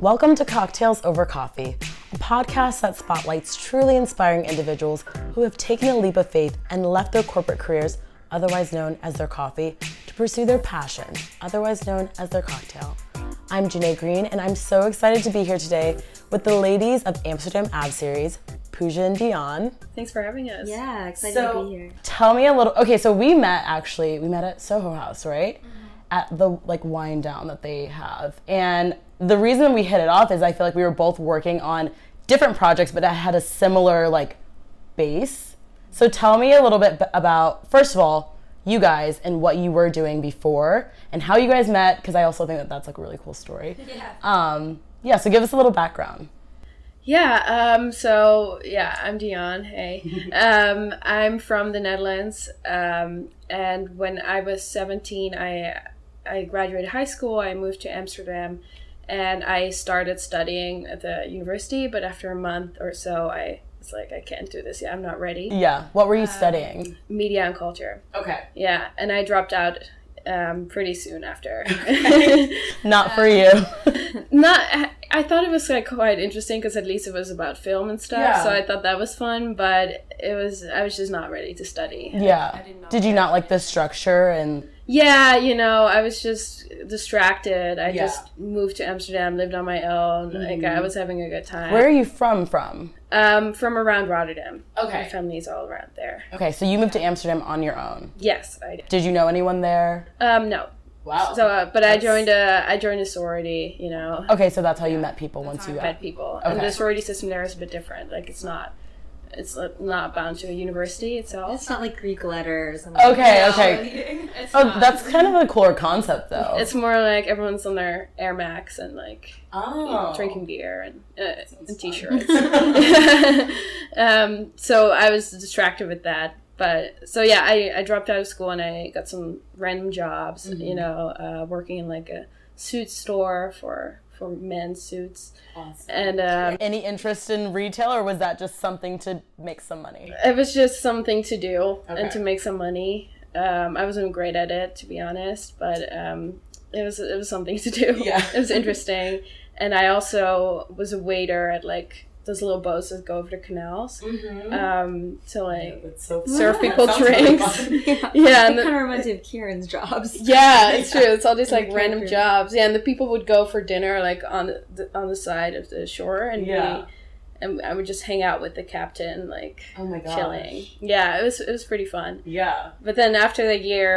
Welcome to Cocktails Over Coffee, a podcast that spotlights truly inspiring individuals who have taken a leap of faith and left their corporate careers, otherwise known as their coffee, to pursue their passion, otherwise known as their cocktail. I'm Janae Green, and I'm so excited to be here today with the ladies of Amsterdam Ab Series, Pooja and Dion. Thanks for having us. Yeah, excited So- to be here. Tell me a little. Okay, so we met actually. We met at Soho House, Mm-hmm. right? At the like wind down that they have, and the reason we hit it off is I feel like we were both working on different projects, but I had a similar like base. So tell me a little bit b- about first of all you guys and what you were doing before and how you guys met because I also think that that's like a really cool story. Yeah. Um, yeah. So give us a little background. Yeah, um, so yeah, I'm Dion. Hey, um, I'm from the Netherlands, um, and when I was 17, I I graduated high school. I moved to Amsterdam, and I started studying at the university. But after a month or so, I was like, I can't do this. Yeah, I'm not ready. Yeah. What Um, were you studying? Media and culture. Okay. Yeah, and I dropped out um, pretty soon after. Not Um, for you. not I- i thought it was like quite interesting because at least it was about film and stuff Yeah. so i thought that was fun but it was i was just not ready to study yeah. Did you not like the structure and? yeah you know i was just distracted Yeah. i Mm-hmm. just moved to amsterdam lived on my own like i was having a good time Where are you from? From um from around rotterdam Okay. my family's all around there okay, so you moved to Amsterdam on your own. yes i did Did you know anyone there? um no Wow. so uh, but i joined a i joined a sorority you know okay, so that's how you met people once you got. met people and Oh, Okay. the sorority system there is a bit different like it's not it's uh, not bound to a university itself It's not like Greek letters. And Oh, Okay, okay. Oh, that's kind of a cooler concept, though. It's more like everyone's on their Air Max and like oh. drinking beer and, uh, and t-shirts. um, so I was distracted with that. But so yeah, I, I dropped out of school and I got some random jobs. You know, uh, working in like a suit store for for men's suits. And um, Any interest in retail, or was that just something to make some money? it was just something to do Okay. and to make some money. Um, I wasn't great at it, to be honest, but um, it was it was something to do. Yeah. it was interesting, and I also was a waiter at like those little boats that go over the canals Mm-hmm. um, to like It's so serve people drinks. yeah. yeah, and it the- kind of reminds me of Kieran's jobs. yeah, it's true. It's all these like the random character. jobs. Yeah, and the people would go for dinner like on the- the on the side of the shore, and Yeah. we, and I would just hang out with the captain, like Oh my gosh. chilling. Yeah, it was it was pretty fun. Yeah. But then after the year,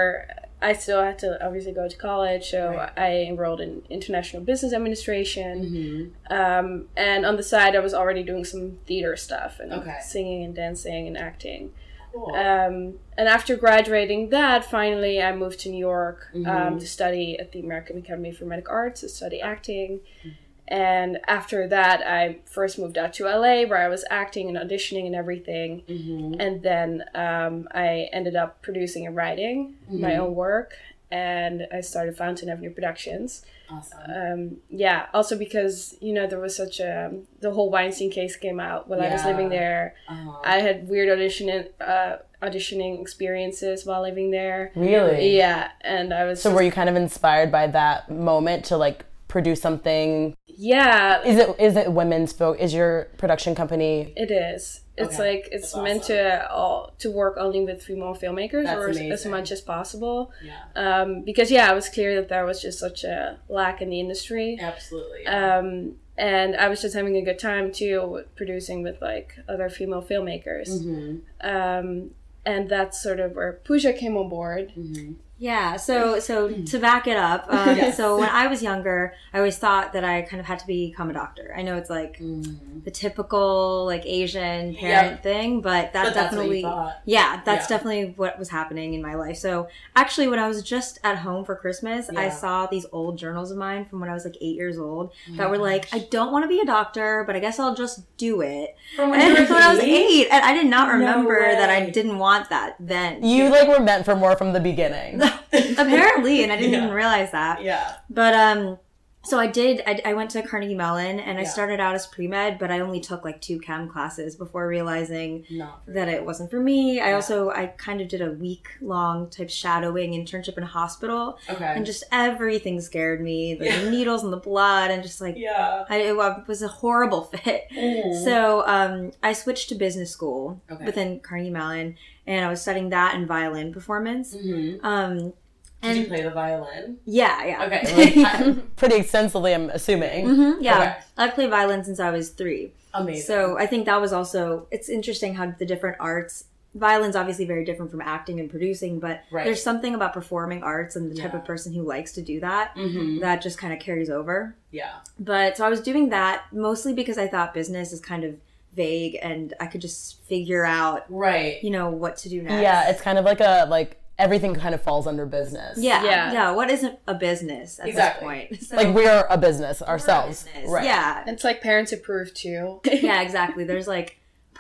I still had to obviously go to college, so Right. I enrolled in international business administration. Mm-hmm. Um, and on the side, I was already doing some theater stuff and Okay. singing and dancing and acting. Cool. Um, and after graduating that, finally, I moved to New York um, Mhm. to study at the American Academy for Dramatic Arts to study acting. Mm-hmm. And after that, I first moved out to LA where I was acting and auditioning and everything mm-hmm. and then um, I ended up producing and writing Mm-hmm. my own work, and I started Fountain Avenue Productions. Awesome. Um, yeah, also because you know there was such a the whole Weinstein case came out while I was Yeah. living there. Oh. I had weird auditioning uh, auditioning experiences while living there. really? Yeah, and I was So just- were you kind of inspired by that moment to like produce something yeah. Is it is it women's folk? Is your production company? It is. It's Okay. like it's That's meant to all to work only with female filmmakers That's or as- as amazing. much as possible. Yeah. Um, because yeah, it was clear that there was just such a lack in the industry. Absolutely. Uh, Um, and I was just having a good time too with producing with like other female filmmakers. Mm-hmm. Um, and that's sort of where Pooja came on board. Mm-hmm. Yeah. So, so Hmm. to back it up, um, Yes. so when I was younger, I always thought that I kind of had to become a doctor. I know it's like Mm. the typical like Asian parent thing, but that definitely. yeah, that's Yeah. definitely what was happening in my life. So, actually, when I was just at home for Christmas, I Yeah. saw these old journals of mine from when I was like eight years old Oh that were like, I don't want to be a doctor, but I guess I'll just do it. From And I thought I was eight, and I did not remember that I way. didn't want that then. You like were meant for more from the beginning. Apparently, and I didn't Yeah. even realize that. yeah. But um so I did. I, I went to Carnegie Mellon, and I started out as pre med, but I only took like two chem classes before realizing Not that it wasn't for me. I also I kind of did a week long type shadowing internship in a hospital, okay. and just everything scared me. The Yeah. needles and the blood, and just like yeah. I, it wa- was a horrible fit. Mm. So um, I switched to business school Okay. within Carnegie Mellon, and I was studying that and violin performance. Mhm. Um, Did you and play the violin? yeah, yeah, Okay. yeah. Pretty extensively, I'm assuming. Mhm, yeah. Okay. I've played violin since I was three. Amazing. So I think that was also it's interesting how the different arts violin's obviously very different from acting and producing, but Right. there's something about performing arts and the type of person who likes to do that Mm-hmm. that just kind of carries over. Yeah. But so I was doing that mostly because I thought business is kind of vague and I could just figure out, right. you know, what to do next. Yeah, it's kind of like a like everything kind of falls under business. yeah, Yeah. yeah. What isn't a business at Exactly. this point? So Like we are a business ourselves. business. Right. Yeah. It's like parents approve too. Yeah, exactly. There's like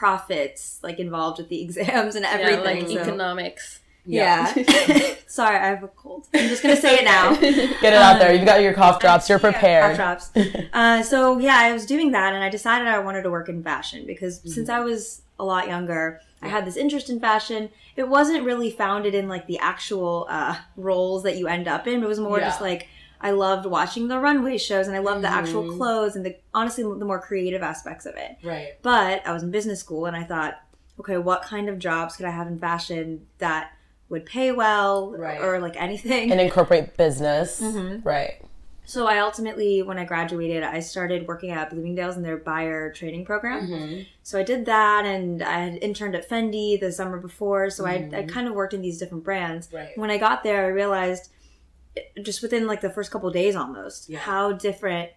profits like involved with the exams and Yeah, everything. like so- economics. Yeah. Sorry, I have a cold. I'm just gonna say it now. Get it out Um, there. You've got your cough drops. You're Yeah, prepared. cough drops. Uh, so yeah, I was doing that, and I decided I wanted to work in fashion because Mm-hmm. since I was a lot younger, I had this interest in fashion. It wasn't really founded in like the actual uh, roles that you end up in. It was more Yeah. just like I loved watching the runway shows, and I loved the Mm-hmm. actual clothes and the honestly the more creative aspects of it. Right. But I was in business school and I thought, okay, what kind of jobs could I have in fashion that would pay well Right. or like anything? And incorporate business. Mm-hmm. Right. so I ultimately, when I graduated, I started working at Bloomingdale's in their buyer training program. Mm-hmm. So I did that and I had interned at Fendi the summer before. So I, I kind of worked in these different brands. Mm-hmm. Right. When I got there, I realized it- just within like the first couple days almost Yeah. how different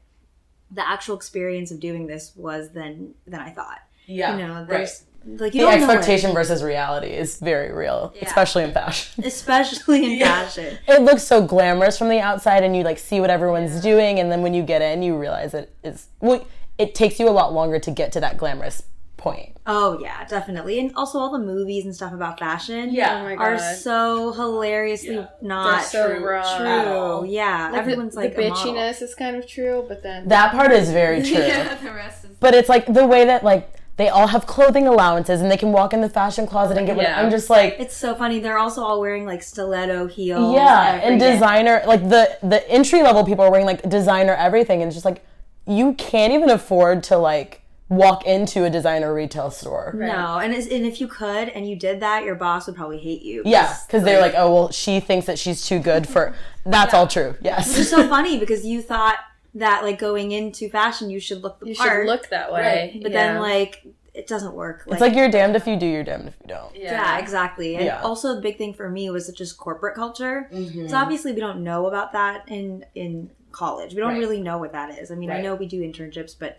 the actual experience of doing this was than than I thought. Yeah. You know, right. there's like you The don't expectation versus reality is very real, especially in fashion. know it, especially in fashion. It looks so glamorous from the outside, and you like see what everyone's doing, and then when you get in, you realize it is well. It takes you a lot longer to get to that glamorous point. Oh yeah, definitely. And also all the movies and stuff about fashion Yeah. Oh my are God. so hilariously not They're so true. wrong. true. at all. Yeah, everyone's the, like the a model. bitchiness is kind of true, but then That part is very true. Yeah, the rest is. But it's like the way that like they all have clothing allowances and they can walk in the fashion closet and get what Yeah. I'm just like It's so funny. They're also all wearing like stiletto heels. yeah, and everything. designer like the the entry level people are wearing like designer everything and it's just like you can't even afford to like walk into a designer retail store. No, and it's, and if you could and you did that, your boss would probably hate you. Yeah, cuz they're like, "Oh, well, she thinks that she's too good for That's all true. It's Yes. so funny because you thought that like going into fashion you should look the you should part, look that way. but Yeah. then like it doesn't work. It's like you're damned if you do, you're damned if you don't. Yeah, exactly. And Yeah. also the big thing for me was just corporate culture. So obviously we don't know about that in in college. We don't really know what that is. I mean, I Right. know we do internships, but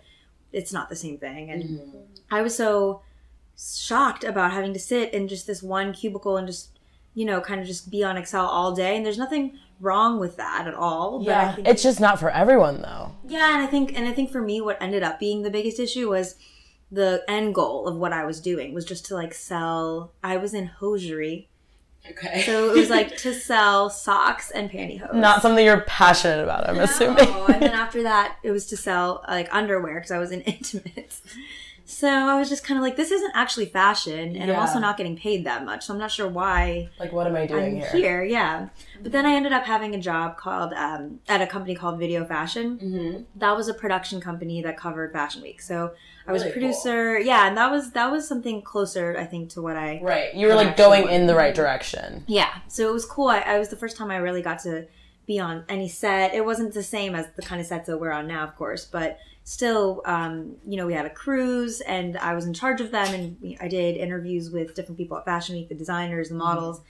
it's not the same thing. And I was so shocked about having to sit in just this one cubicle and just you know kind of just be on Excel all day. And there's nothing wrong with that at all. But I Yeah. think It's just not for everyone though. yeah, and I think and I think for me what ended up being the biggest issue was the end goal of what I was doing was just to like sell I was in hosiery. Okay. So it was like to sell socks and pantyhose. Not something you're passionate about, I'm assuming. Oh, and then after that it was to sell like underwear because I was in intimates. So I was just kind of like this isn't actually fashion and I'm Yeah. also not getting paid that much. So I'm not sure why Like what am I doing I'm here. yeah. But then I ended up having a job called um, at a company called Video Fashion. Mm-hmm. That was a production company that covered Fashion Week. So I was Really cool. producer, yeah, and that was that was something closer, I think, to what I. Right. You were like going in the right direction. Yeah, so it was cool. I, I was the first time I really got to be on any set. It wasn't the same as the kind of sets that we're on now, of course, but still, um, you know, we had a cruise, and I was in charge of them, and we, I did interviews with different people at Fashion Week, the designers, the Mm-hmm. models.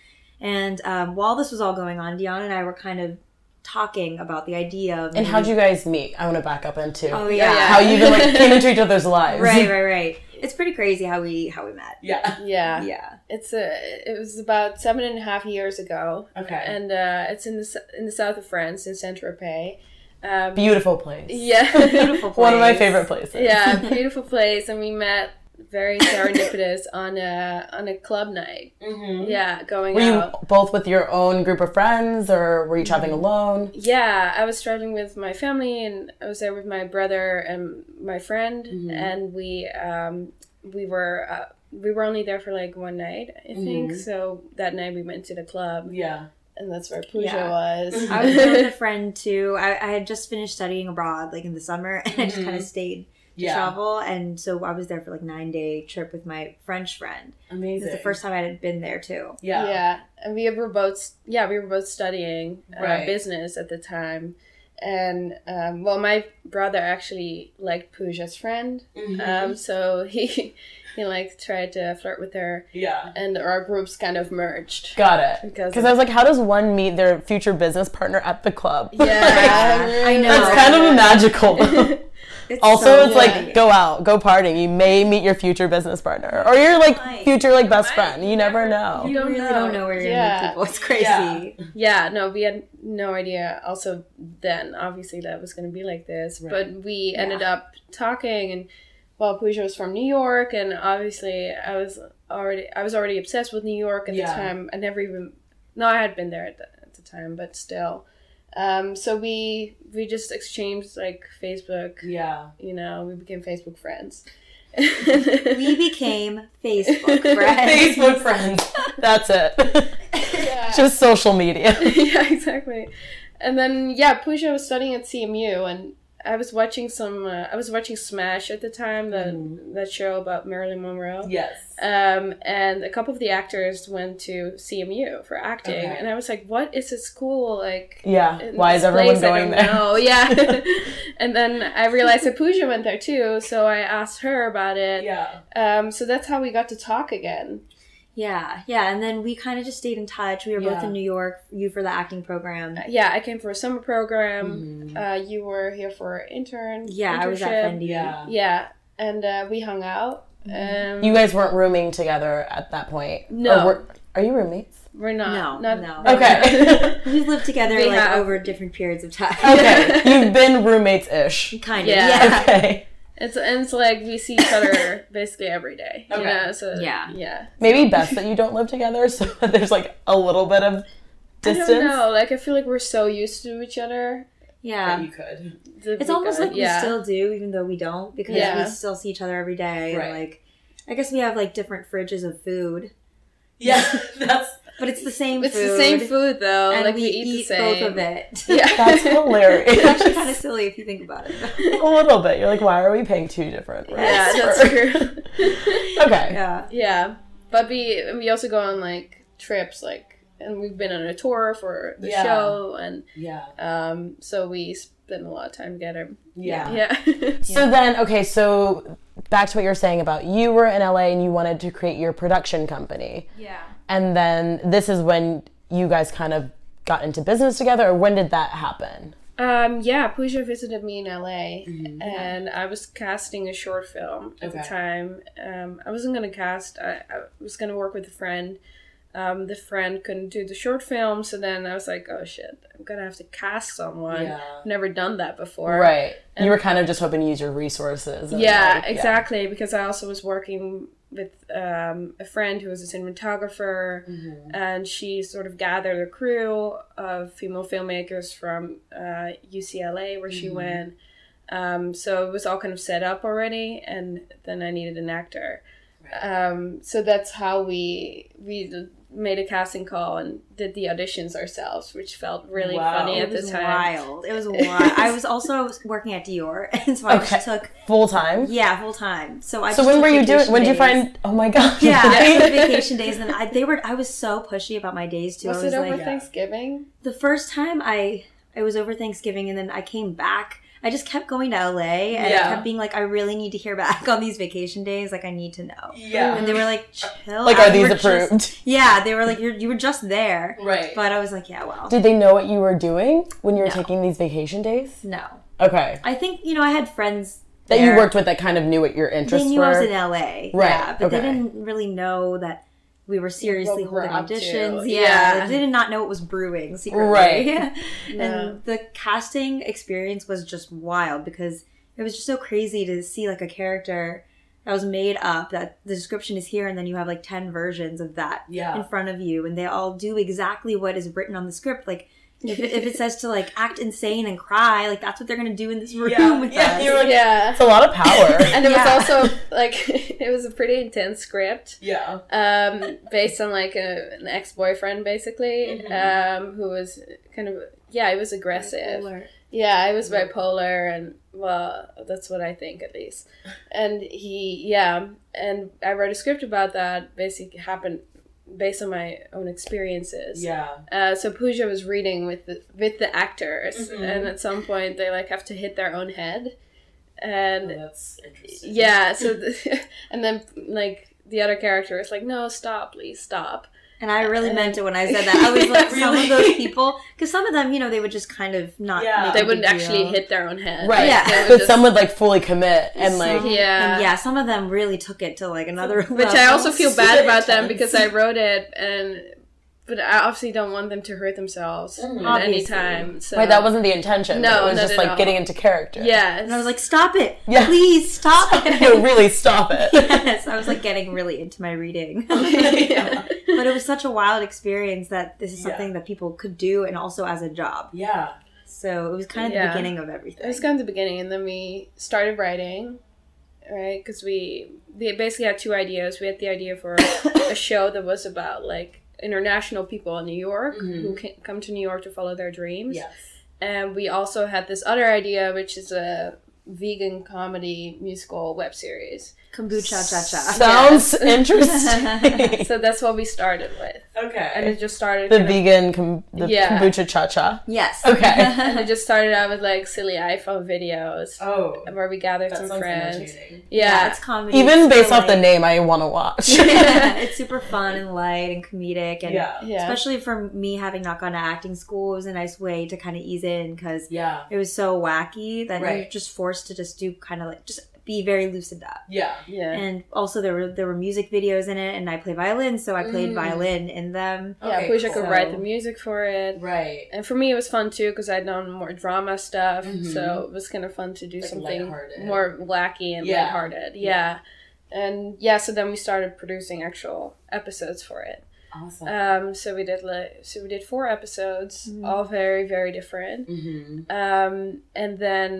And um, while this was all going on, Dion and I were kind of talking about the idea of And maybe- how'd you guys meet? I want to back up into Mm-hmm. oh yeah, how you even like came into each other's lives. right right right it's pretty crazy how we how we met yeah. yeah. yeah It's a. It was about seven and a half years ago, Okay. and uh, it's in the s- in the south of France, in Saint Tropez. Um, Beautiful place. yeah, beautiful One of my place. favorite places. yeah, beautiful place. And we met very serendipitous on a on a club night. Yeah, going Mm-hmm. Were out. you both with your own group of friends, or were you traveling alone? yeah, I was traveling with my family, and I was there with my brother and my friend, Mm-hmm. and we um, we were uh, we were only there for like one night, I think. Mm-hmm. So that night we went to the club, Yeah. and that's where Pooja Yeah. was. I was there with a friend too. I, I had just finished studying abroad, like in the summer, and I just kind of stayed to Mm-hmm. Yeah. travel. And so I was there for like nine day trip with my French friend. It Amazing. was the first time I had been there too. yeah. and we were both yeah we were both studying uh, Right. business at the time, and um, well, my brother actually liked Pooja's friend, Mm-hmm. um, so he he like tried to flirt with her. yeah. and our groups kind of merged. Got it. Because- Because I was like, how does one meet their future business partner at the club? Yeah, I know. it's kind of magical. It's also, so it's funny. like go out, go partying. You may meet your future business partner or your like Right. future like best Right. friend. You never You know. you don't really know. don't know where you're Yeah. gonna meet people. It's crazy. yeah. No, we had no idea. Also, then obviously that was going to be like this, but we ended up talking, and well, Pooja was from New York, and obviously I was already I was already obsessed with New York at Yeah. the time. I never even no, I had been there at the, at the time, but still. Um, so we we just exchanged like Facebook. Yeah. You know, we became Facebook friends. We became Facebook friends. Facebook friends. That's it. Just social media. yeah, exactly. And then yeah, Pooja was studying at CMU, and I was watching some. Uh, I was watching Smash at the time, that Mm-hmm. that show about Marilyn Monroe. Yes. Um, and a couple of the actors went to CMU for acting, Okay. and I was like, "What is this school like?" Yeah. in Why this is everyone place I going don't there? know?" yeah. and then I realized that Pooja went there too, so I asked her about it. Yeah. Um, so that's how we got to talk again. yeah, yeah. And then we kind of just stayed in touch. We were both Yeah. in New York. You for the acting program. Yeah, I came for a summer Mm-hmm. Mm. program. Uh, you were here for intern. Yeah, I was at internship. Fendi. Yeah, and uh, we hung out. Um, You guys weren't rooming together at that point. No. Or were- are you roommates? we're not. No, not, no. we're Okay. not. We lived together We like have. over different periods of time. Okay. You've been roommates ish. kind of. Yeah. yeah. Okay. it's and it's like we see each other basically every day. You Okay. know, so Yeah. yeah. Maybe best that you don't live together so that there's like a little bit of distance. I don't know. Like I feel like we're so used to each other. Yeah. could. that It's we almost got- like yeah. we still do, even though we don't, because Yeah. we still see each other every day. Right. And like, I guess we have like different fridges of food, Yeah, that's but it's the same It's food. the same food though. and like we, eat, the same. both of it. Yeah. that's hilarious. it's actually kind of silly if you think about it. a little bit. You're like, why are we paying two different rates? yeah, that's for- true. okay. yeah. yeah, but we we also go on like trips like. And we've been on a tour for the Yeah. show, and Yeah. um, so we spend a lot of time together. Yeah. Yeah. So then, okay, so back to what you were saying about you were in LA and you wanted to create your production company. Yeah. And then this is when you guys kind of got into business together, or when did that happen? Um, yeah, Pooja visited me in LA, and I was casting a short film at Mm-hmm. the Okay. time. Um, I wasn't gonna cast. I, I was gonna work with a friend. Um, the friend couldn't do the short film, so then I was like, "Oh shit, I'm gonna have to cast someone. Yeah. I've never done that before." Right. You were kind of just hoping to use your resources. and, Yeah, like, exactly. Because I also was working with um, a friend who was a cinematographer, Mm-hmm. and she sort of gathered a crew of female filmmakers from uh, UCLA where Mm-hmm. she went. Um, so it was all kind of set up already, and then I needed an actor. Um, so that's how we we made a casting call and did the auditions ourselves, which felt really Wow. funny at It the was time. wild. It was wild. I was also working at Dior, and so I Okay. just took Full time. yeah full time. So I. So just when took were you doing? vacation When did you days. find? Oh my god. Yeah, I took vacation days, and I, they were. I was so pushy about my days too. I Was was it over like, Thanksgiving? the first time I it was over Thanksgiving and then I came back. I just kept going to LA and Yeah. I kept being like, I really need to hear back on these vacation days. Like, I need to know. Yeah. And they were like, chill. Like, out. are You these were just- approved? yeah, they were like, You're, you were just there. Right. But I was like, yeah, well, Did they know what you were doing when you were taking these vacation days? no. Okay. I think, you know, I had friends That you there. worked with that kind of knew what your They interests knew were. I was in LA. Yeah, but they okay. didn't really know that we were seriously What we were holding up to. auditions. Yeah. Yeah. Like, they did not know what was brewing secretly. Right. Yeah. And the casting experience was just wild because it was just so crazy to see like a character. that was made up that the description is here and then you have like 10 versions of that Yeah. in front of you and they all do exactly what is written on the script like if it, if it says to like act insane and cry like that's what they're gonna do in this room with us you're like, Yeah. It's a lot of power. And it Yeah. was also like it was a pretty intense script, yeah. um, based on like a, an ex-boyfriend basically, um, who was kind of yeah, he was aggressive. Yeah, I was bipolar, and well, that's what I think at least. And he, yeah, and I wrote a script about that. Basically, happened based on my own experiences. Yeah. Uh, so Pooja was reading with the with the actors, Mhm. and at some point they like have to hit their own head, and Oh, that's interesting. yeah, so the, and then like the other character is like, no, stop, please stop. And I really meant it when I said that. I was like, some Really? of those people, because some of them, you know, they would just kind of not. Yeah. make a They big wouldn't actually deal. hit their own head. Right. Yeah. They would But just- some would like fully commit and like. Some- Yeah. and yeah. Some of them really took it to like another. Which I also feel bad Super about them intense. because I wrote it and but I obviously don't want them to hurt themselves Mhm. at any Obviously. time. So Right, that wasn't the intention. No, it was not just at like all. getting into character. yeah. And I was like, stop it! Yeah. Please stop no, it! really, stop it. yes, I was like getting really into my reading, Yeah. but it was such a wild experience that this is Yeah. something that people could do, and also as a job. Yeah. So it was kind of Yeah. the beginning of It everything. was kind of the beginning, and then we started writing, right? Because we we basically had two ideas. We had the idea for a show that was about like international people in New York who Mm-hmm. can come to New York to follow their dreams. Yes. And we also had this other idea, which is a vegan comedy musical web series. Kombucha cha cha. Sounds interesting. So that's what we started with. And okay. it just started The kind of- vegan com- the Yeah. kombucha cha cha. Yes. Okay. and it just started out with like silly iPhone videos Oh. where we gathered some friends. Yeah. it's comedy. Even It's based really off the name, I want to watch. it's super fun and light and comedic and Yeah. especially for me having not gone to acting school it was a nice way to kind of ease in because Yeah. it was so wacky that Right. you're just forced to just do kind of like just be very loosened up Yeah. Yeah. and also there were there were music videos in it and i play violin so i played Mm. violin in them yeah, Okay, I wish I cool. could write the music for it. Right. And for me, it was fun too because I'd done more drama stuff, Mhm. so it was kind of fun to do Like something lighthearted. more wacky and Yeah. lighthearted. Yeah. And yeah, so then we started producing actual episodes for it. Awesome. Um, so we did like so we did four episodes, Mhm. all very very different. mm-hmm. Um, and then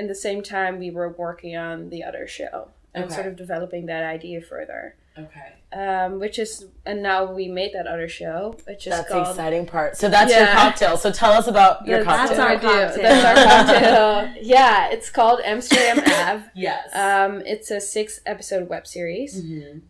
in the same time, we were working on the other show and Okay. sort of developing that idea further. Okay. Um, which is, and now we made that other show, which is That's the called. exciting part. So that's your Yeah. cocktail. So tell us about your That's cocktail. our our cocktail. deal. That's our cocktail. yeah, it's called Amsterdam Ave. yes. Mm-hmm. Um, it's a six episode web series.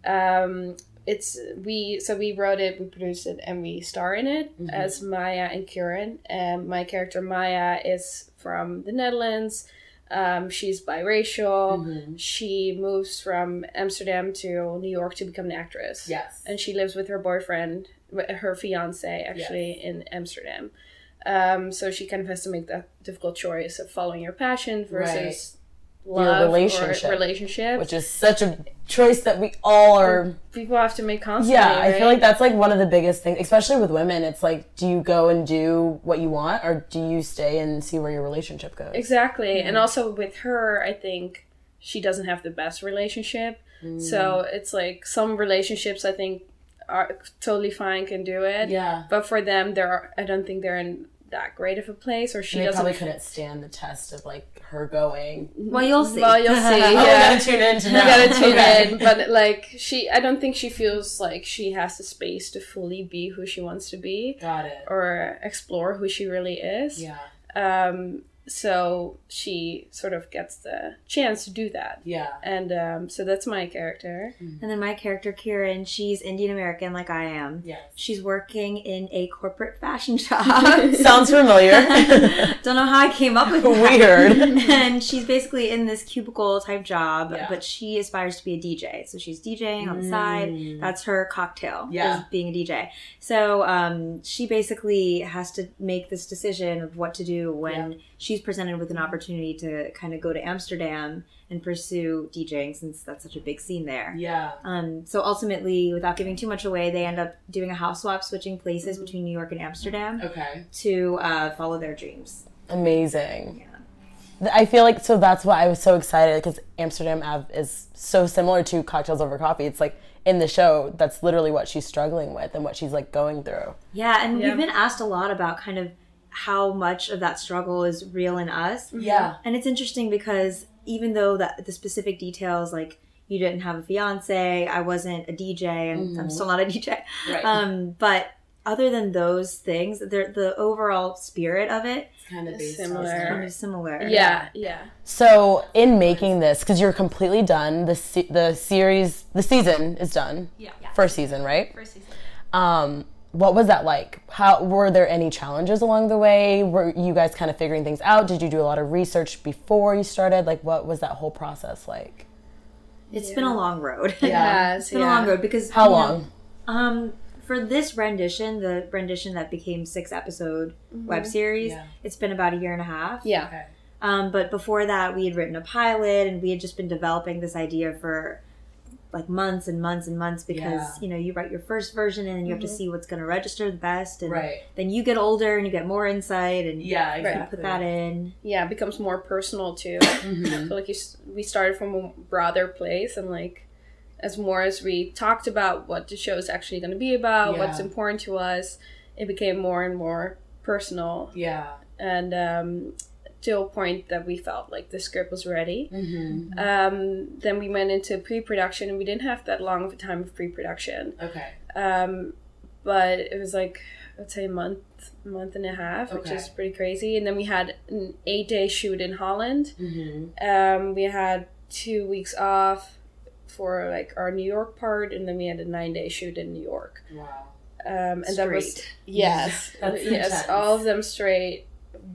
Um, it's we so we wrote it, we produced it, and we star in it Mhm. as Maya and Kieran. And my character Maya is from the Netherlands. Um, she's biracial. Mm-hmm. She moves from Amsterdam to New York to become an actress. Yes. And she lives with her boyfriend, wi- her fiance, actually, in Amsterdam. Um, so she kind of has to make that difficult choice of following your passion versus Your love relationship. or relationship. Which is such a choice that we all are. People have to make constantly. Yeah, I feel right? like that's like one of the biggest things, especially with women. It's like, do you go and do what you want, or do you stay and see where your relationship goes? Exactly. And also with her, I think she doesn't have the best relationship. Mm. So it's like some relationships I think are totally fine can do it. Yeah. But for them there are I don't think they're in that great of a place or she They probably doesn't couldn't stand the test of like her going. well you'll see Mm. Well, you'll see. Oh, we Yeah. gotta tune in to You know. gotta tune Okay. in, but like she, I don't think she feels like she has the space to fully be who she wants to be Got it. or explore who she really is. Yeah. Um, so she sort of gets the chance to do that, Yeah. and um, so that's my character. and then my character kieran she's indian american like i am Yes. she's working in a corporate fashion shop Sounds familiar. Don't know how I came up with that. Weird. and she's basically in this cubicle type job, Yeah. but she aspires to be a DJ. So she's DJing on the side. That's her cocktail. Yeah. Is being a DJ. So um, she basically has to make this decision of what to do when she's presented with an opportunity to kind of go to Amsterdam and pursue DJing since that's such a big scene there. yeah. Um, so ultimately, without giving too much away, they end up doing a house swap, switching places Mm-hmm. Oh. between New York and Amsterdam Okay. to uh, follow their dreams. Amazing. th- I feel like so that's why I was so excited because Amsterdam Ave is so similar to Cocktails Over Coffee. It's like in the show, that's literally what she's struggling with and what she's like going through. Yeah, and Yeah. we've been asked a lot about kind of how much of that struggle is real in us. Mm. Yeah. And it's interesting because even though that the specific details like you didn't have a fiance, I wasn't a DJ, and Mm-hmm. I'm still not a DJ. Right. Um, but other than those things, they're- the overall spirit of it Kind of is similar. kind of similar. Yeah, yeah. So in making this, because you're completely done, the se- the series, the season is done. Yeah. First season, right? First season. Um, what was that like? How were there any challenges along the way? Were you guys kind of figuring things out? Did you do a lot of research before you started? Like, what was that whole process like? It's been a long road. Yes, it's been yeah. a long road because How you know, long? Um, for this rendition, the rendition that became six episode Mm-hmm. web series, it's been about a year and a half. Yeah. Um, but before that, we had written a pilot, and we had just been developing this idea for like months and months and months because Yeah. you know you write your first version and then you have to see what's going to register the best, and Right. then you get older and you get more insight, and Yeah, you put that in. Yeah, it becomes more personal too. Mm-hmm. So like you, s- we started from a broader place and like as more as we talked about what the show is actually going to be about, what's Yeah. important to us, it became more and more personal Yeah. and um to a point that we felt like the script was ready. Mm-hmm. Um, then we went into pre-production and we didn't have that long of a time of pre-production. Okay. um, but it was like I'd say a month, month and a half, which Okay. is pretty crazy. And then we had an eight-day shoot in Holland. Mm-hmm. Um, we had two weeks off for like our New York part, and then we had a nine-day shoot in New York. Wow. Um, and that was Straight. yes, That's yes, intense. all of them straight.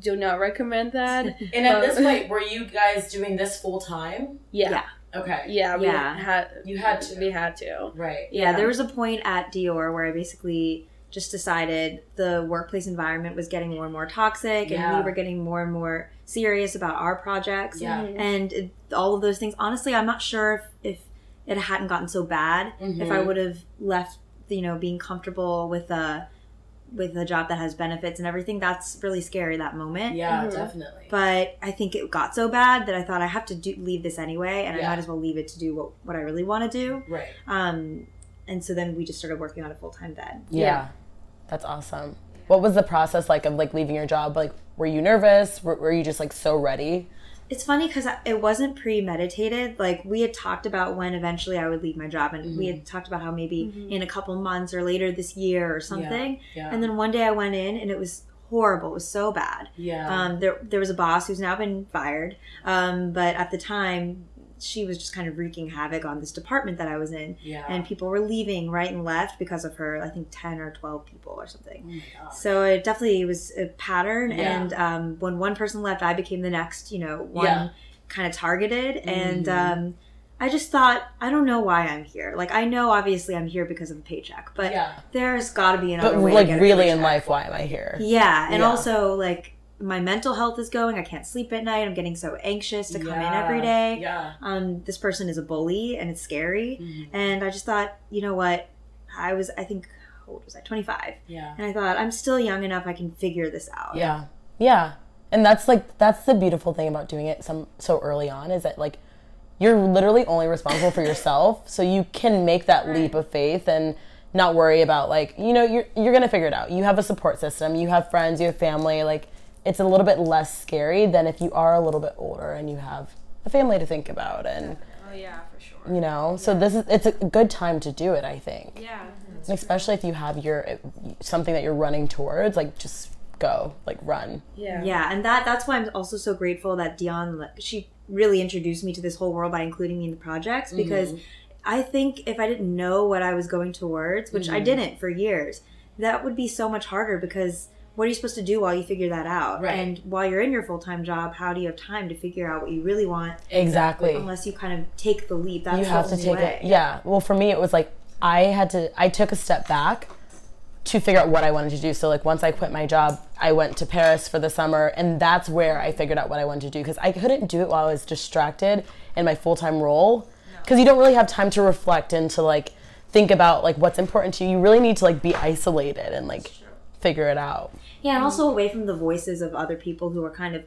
Do not recommend that. And at Um, this point, were you guys doing this full time? Yeah, yeah, Okay. we Yeah. had You had to. we had to. Right. Yeah, there was a point at Dior where I basically just decided the workplace environment was getting more and more toxic, and Yeah. we were getting more and more serious about our projects. Yeah. And it, all of those things. Honestly, I'm not sure if, if it hadn't gotten so bad, if I Mhm. would have left, you know, being comfortable with a with a job that has benefits and everything. That's really scary that moment. Yeah, Mhm. definitely. Mm-hmm. But I think it got so bad that I thought I have to do, leave this anyway, and Yeah. I might as well leave it to do what, what I really want to do. right. Um, and so then we just started working on it full time then. Yeah. That's awesome. What was the process like of like leaving your job? Like, were you nervous? Were, were you just like so ready? It's funny because it wasn't premeditated. Like we had talked about when eventually I would leave my job, and we Mm-hmm. had talked about how maybe in a couple months or later this year or something. yeah. And then one day I went in and it was horrible. It was so bad. Yeah. Um, there, there was a boss who's now been fired, um, but at the time she was just kind of wreaking havoc on this department that I was in. yeah. and people were leaving right and left because of her i think 10 or 12 people or something Oh my God. so it definitely was a pattern Yeah. and um, when one person left i became the next you know one Yeah. kind of targeted and Mhm. um, i just thought i don't know why i'm here like i know obviously i'm here because of a paycheck but yeah. there's got to be another But way like to get a really in paycheck. life, why am I here? yeah and Yeah. also like my mental health is going i can't sleep at night i'm getting so anxious to come in every day Yeah. um, this person is a bully and it's scary. Mhm. And I just thought, you know what? I was, I think, how old was I? 25. Yeah. And I thought, I'm still young enough, I can figure this out. Yeah. Yeah. And that's like that's the beautiful thing about doing it some so early on is that like you're literally only responsible for yourself, so you can make that leap of faith and not worry about like you know you're you're gonna figure it out. You have a support system, you have friends, you have family. Like it's a little bit less scary than if you are a little bit older and you have a family to think about and Oh yeah, for sure. you know. So this is it's a good time to do it, I think, Yeah. And especially if you have your something that you're running towards. Like just go, like run. Yeah, Yeah. And that that's why I'm also so grateful that Dion, like, she really introduced me to this whole world by including me in the projects because Mm-hmm. I think if I didn't know what I was going towards, which Mm-hmm. I didn't for years, that would be so much harder because what are you supposed to do while you figure that out? Right. And while you're in your full time job, how do you have time to figure out what you really want Exactly. unless you kind of take the leap. That's you have the to only take way. it. Yeah. Well, for me, it was like I had to. I took a step back to figure out what I wanted to do. So like once I quit my job, I went to Paris for the summer, and that's where I figured out what I wanted to do because I couldn't do it while I was distracted in my full time role because you don't really have time to reflect and to like think about like what's important to you. You really need to like be isolated and like figure it out. Mm. Yeah, and also away from the voices of other people who are kind of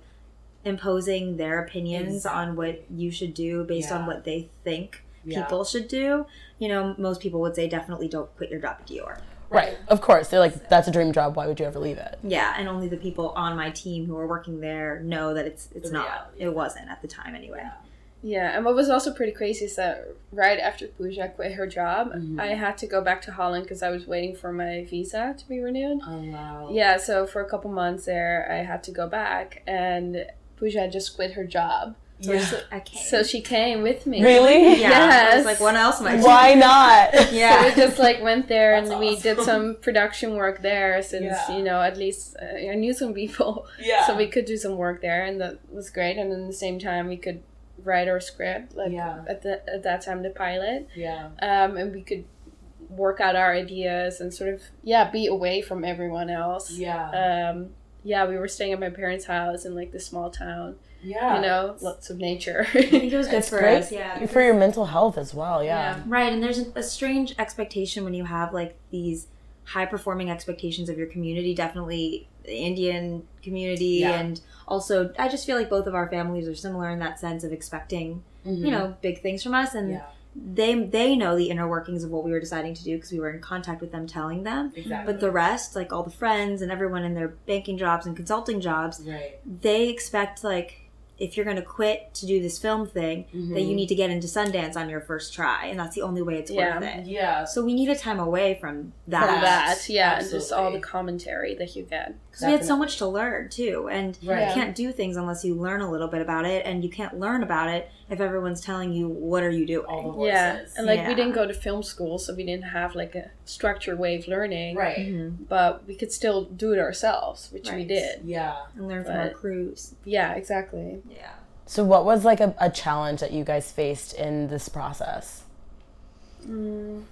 imposing their opinions on what you should do based on Yeah. what they think Yeah. people should do. You know, most people would say definitely don't quit your job at Dior. Right. Of course. They're like, that's a dream job. Why would you ever leave it? Yeah, and only the people on my team who are working there know that it's it's not. It wasn't at the time anyway. Yeah, and what was also pretty crazy is that right after Pooja quit her job, I had to go back to Holland because I was waiting for my visa to be renewed. Oh, wow. Yeah, so for a couple months there, I had to go back, and Pooja just quit her job. Yeah. I can't. So she came with me. Really? yeah, I Yes. was like, what else am I? doing? Why not? So we Yeah. just like went there and That's we did awesome. some production work there since Yeah. you know at least uh, I knew some people, Yeah. so we could do some work there, and that was great. And then at the same time, we could write our script like Yeah. at the at that time the pilot, yeah. um, and we could work out our ideas and sort of yeah be away from everyone else. Yeah. Um, yeah, we were staying at my parents' house in like this small town, Yeah. you know, lots of nature. I think it was good It's for great us. Yeah. for your mental health as well. Yeah. Right, and there's a, a strange expectation when you have like these high performing expectations of your community, definitely the Indian community Yeah. and also I just feel like both of our families are similar in that sense of expecting, you know, big things from us and Mm-hmm. Yeah. they they know the inner workings of what we were deciding to do because we were in contact with them telling them. Exactly. But the rest, like all the friends and everyone in their banking jobs and consulting jobs, right. they expect like if you're going to quit to do this film thing Mm-hmm. that you need to get into sundance on your first try and that's the only way it's Yeah. worth it Yeah. so we need a time away from that From that, yeah, and just all Absolutely. the commentary that you get. 'Cause we had so much to learn too and Right. you can't do things unless you learn a little bit about it and you can't learn about it if everyone's telling you what are you doing All the Yeah, voices. and like we Yeah. didn't go to film school, so we didn't have like a structured way of learning. Right. mm-hmm. But we could still do it ourselves, which we Right. did. Yeah. and learn from our But- crews Yeah, exactly. yeah So, what was like a, a challenge that you guys faced in this process?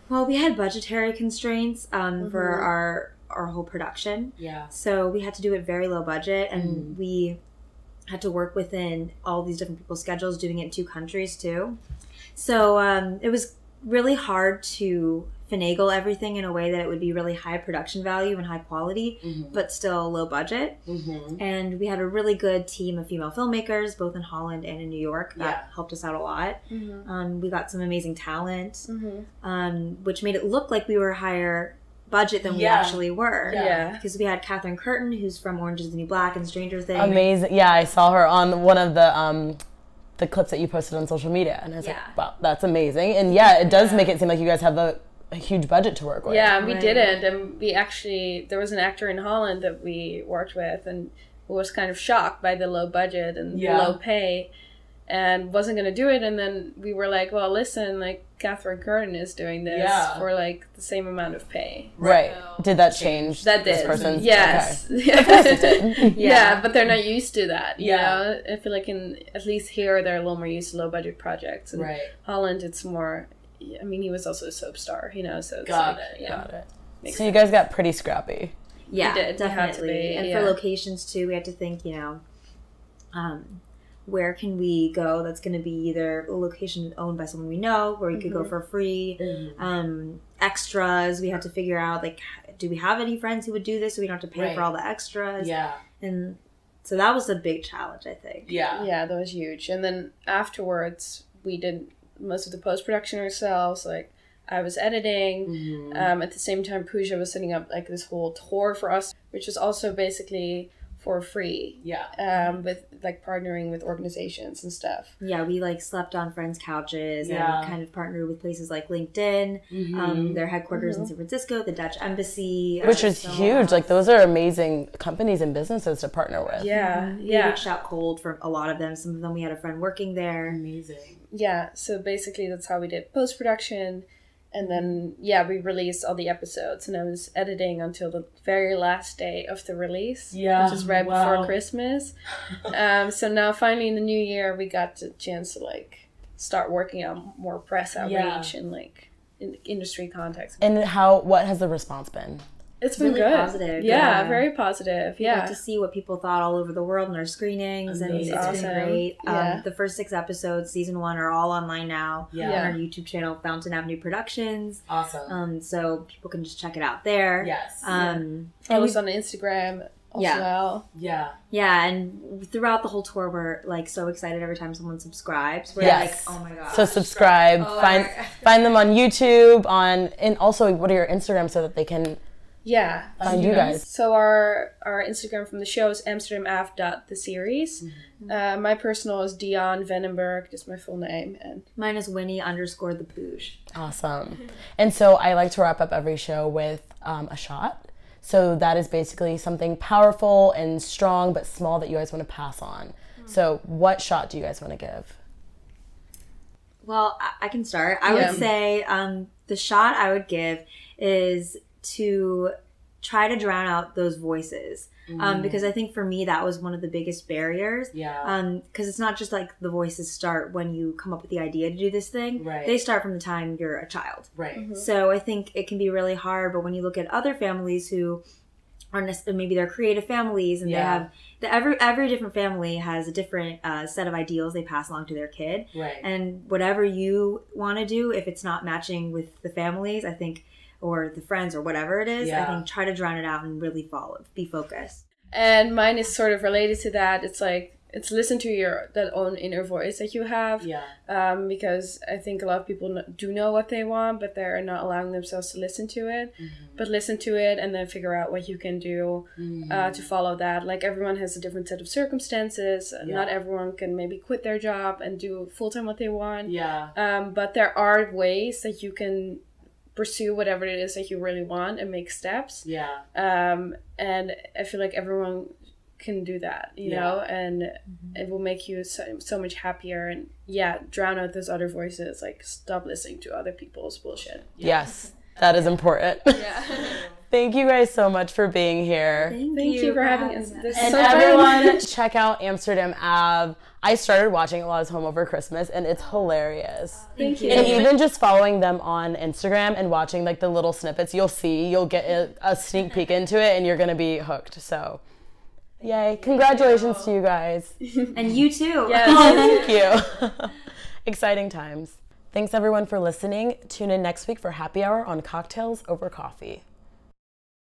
well we had budgetary constraints um, for our our whole production Yeah. So we had to do it very low budget, Mm. and we had to work within all these different people's schedules, doing it in two countries too. So um, it was really hard to finagle everything in a way that it would be really high production value and high quality, Mm-hmm. but still low budget. And we had a really good team of female filmmakers, both in Holland and in New York, that helped us out a lot. Mm-hmm. Um, we got some amazing talent, um, which made it look like we were higher budget than we Yeah. actually were Yeah. Yeah. because we had Catherine Curtin, who's from Orange Is the New Black and Stranger Things. Amazing. Yeah, I saw her on one of the um, the clips that you posted on social media, and I was Yeah. like, wow, that's amazing. And yeah, it does make it seem like you guys have a, a huge budget to work with. Yeah, and we Right. didn't. And we actually, there was an actor in Holland that we worked with and was kind of shocked by the low budget and the Yeah. low pay and wasn't going to do it. And then we were like, well, listen, like Catherine Curtin is doing this Yeah. for like the same amount of pay. Right. Did that change That this did. person's? Yes. did. yeah. but they're not used to that. You Yeah. know? I feel like in at least here they're a little more used to low budget projects. In Right. Holland, it's more. I mean, he was also a soap star, you know. So it's Got like, it. Yeah. Got it. So you guys got pretty scrappy. yeah, did. You had to definitely. be, and yeah. for locations too, we had to think, you know, um, where can we go that's going to be either a location owned by someone we know, where we could Mm-hmm. go for free, um, extras. We had to figure out like, do we have any friends who would do this so we don't have to pay Right. for all the extras? Yeah. and so that was a big challenge, I think. Yeah. Yeah, that was huge. And then afterwards, we did most of the post production ourselves. Like I was editing. Um, at the same time, Pooja was setting up like this whole tour for us, which was also basically for mm-hmm. free. Yeah. Um, with like partnering with organizations and stuff. Yeah, we like slept on friends' couches Yeah. and kind of partnered with places like LinkedIn, Mm-hmm. um, their headquarters in San Francisco, the Dutch embassy, Which uh, is so huge. on. Like those are amazing companies and businesses to partner with. Yeah, We yeah, reached out cold for a lot of them. Some of them we had a friend working Mm-hmm. there. Amazing. yeah. So basically, that's how we did post production. And then, yeah, we released all the episodes, and I was editing until the very last day of the release, Yeah, which is Um, right wow. before Christmas. um, so now, finally, in the new year, we got the chance to like start working on more press outreach and like in industry context. And how? What has the response been? It's been really good, positive, Yeah, yeah. very positive. We Yeah, got to see what people thought all over the world in our screenings, and it's Amazing. Awesome. been great. Um, Yeah. The first six episodes, season one, are all online now Yeah. on our YouTube channel, Fountain Avenue Productions. Awesome. Um, so people can just check it out there. Yes. Um, I was on Instagram as Yeah. well. Yeah. Yeah, and throughout the whole tour, we're like so excited every time someone subscribes. We're Yes. like, oh my god. So subscribe. Oh, find our- find them on YouTube on and also what are your Instagram so that they can Yeah. find you guys. So our our Instagram from the show is amsterdamaf.theseries. Mm-hmm. Uh, my personal is Dion Venenberg, just my full name. And Mine is Winnie underscore the Booge. Awesome. And so I like to wrap up every show with um, a shot. So that is basically something powerful and strong but small that you guys want to pass on. Hmm. So what shot do you guys want to give? Well, I, I can start. I Yeah. would say um, the shot I would give is to try to drown out those voices um, because I think for me that was one of the biggest barriers. Mm. Yeah. um, because it's not just like the voices start when you come up with the idea to do this thing. Right. Mm-hmm. They start from the time you're a child. right. mm-hmm. So I think it can be really hard. But when you look at other families who are nec- maybe they're creative families and they Yeah. have the every every different family has a different uh, set of ideals they pass along to their kid. Right. And whatever you want to do, if it's not matching with the families, I think, or the friends or whatever it is, Yeah. I think try to drown it out and really follow, be focused. and mine is sort of related to that. It's like it's listen to your that own inner voice that you have. yeah. um, because I think a lot of people kn- do know what they want, but they're not allowing themselves to listen to it. Mm-hmm. But listen to it and then figure out what you can do uh, to follow that. Like everyone has a different set of circumstances. Yeah. Not everyone can maybe quit their job and do full time what they want. Yeah. Um, but there are ways that you can pursue whatever it is that you really want and make steps. Yeah. Um, and I feel like everyone can do that, you Yeah. know, and it will make you so, so much happier. And yeah, drown out those other voices. Like, stop listening to other people's bullshit. Yes, that is important. Thank you guys so much for being here. Thank you, for having us. This is so fun. Everyone, check out Amsterdam Ave. I started watching it while I was home over Christmas, and it's hilarious. Thank And you. even just following them on Instagram and watching like the little snippets, you'll see, you'll get a, a sneak peek into it, and you're gonna be hooked. So, yay! Congratulations to you guys. And you too. um, Thank you. Exciting times. Thanks everyone for listening. Tune in next week for happy hour on cocktails over coffee.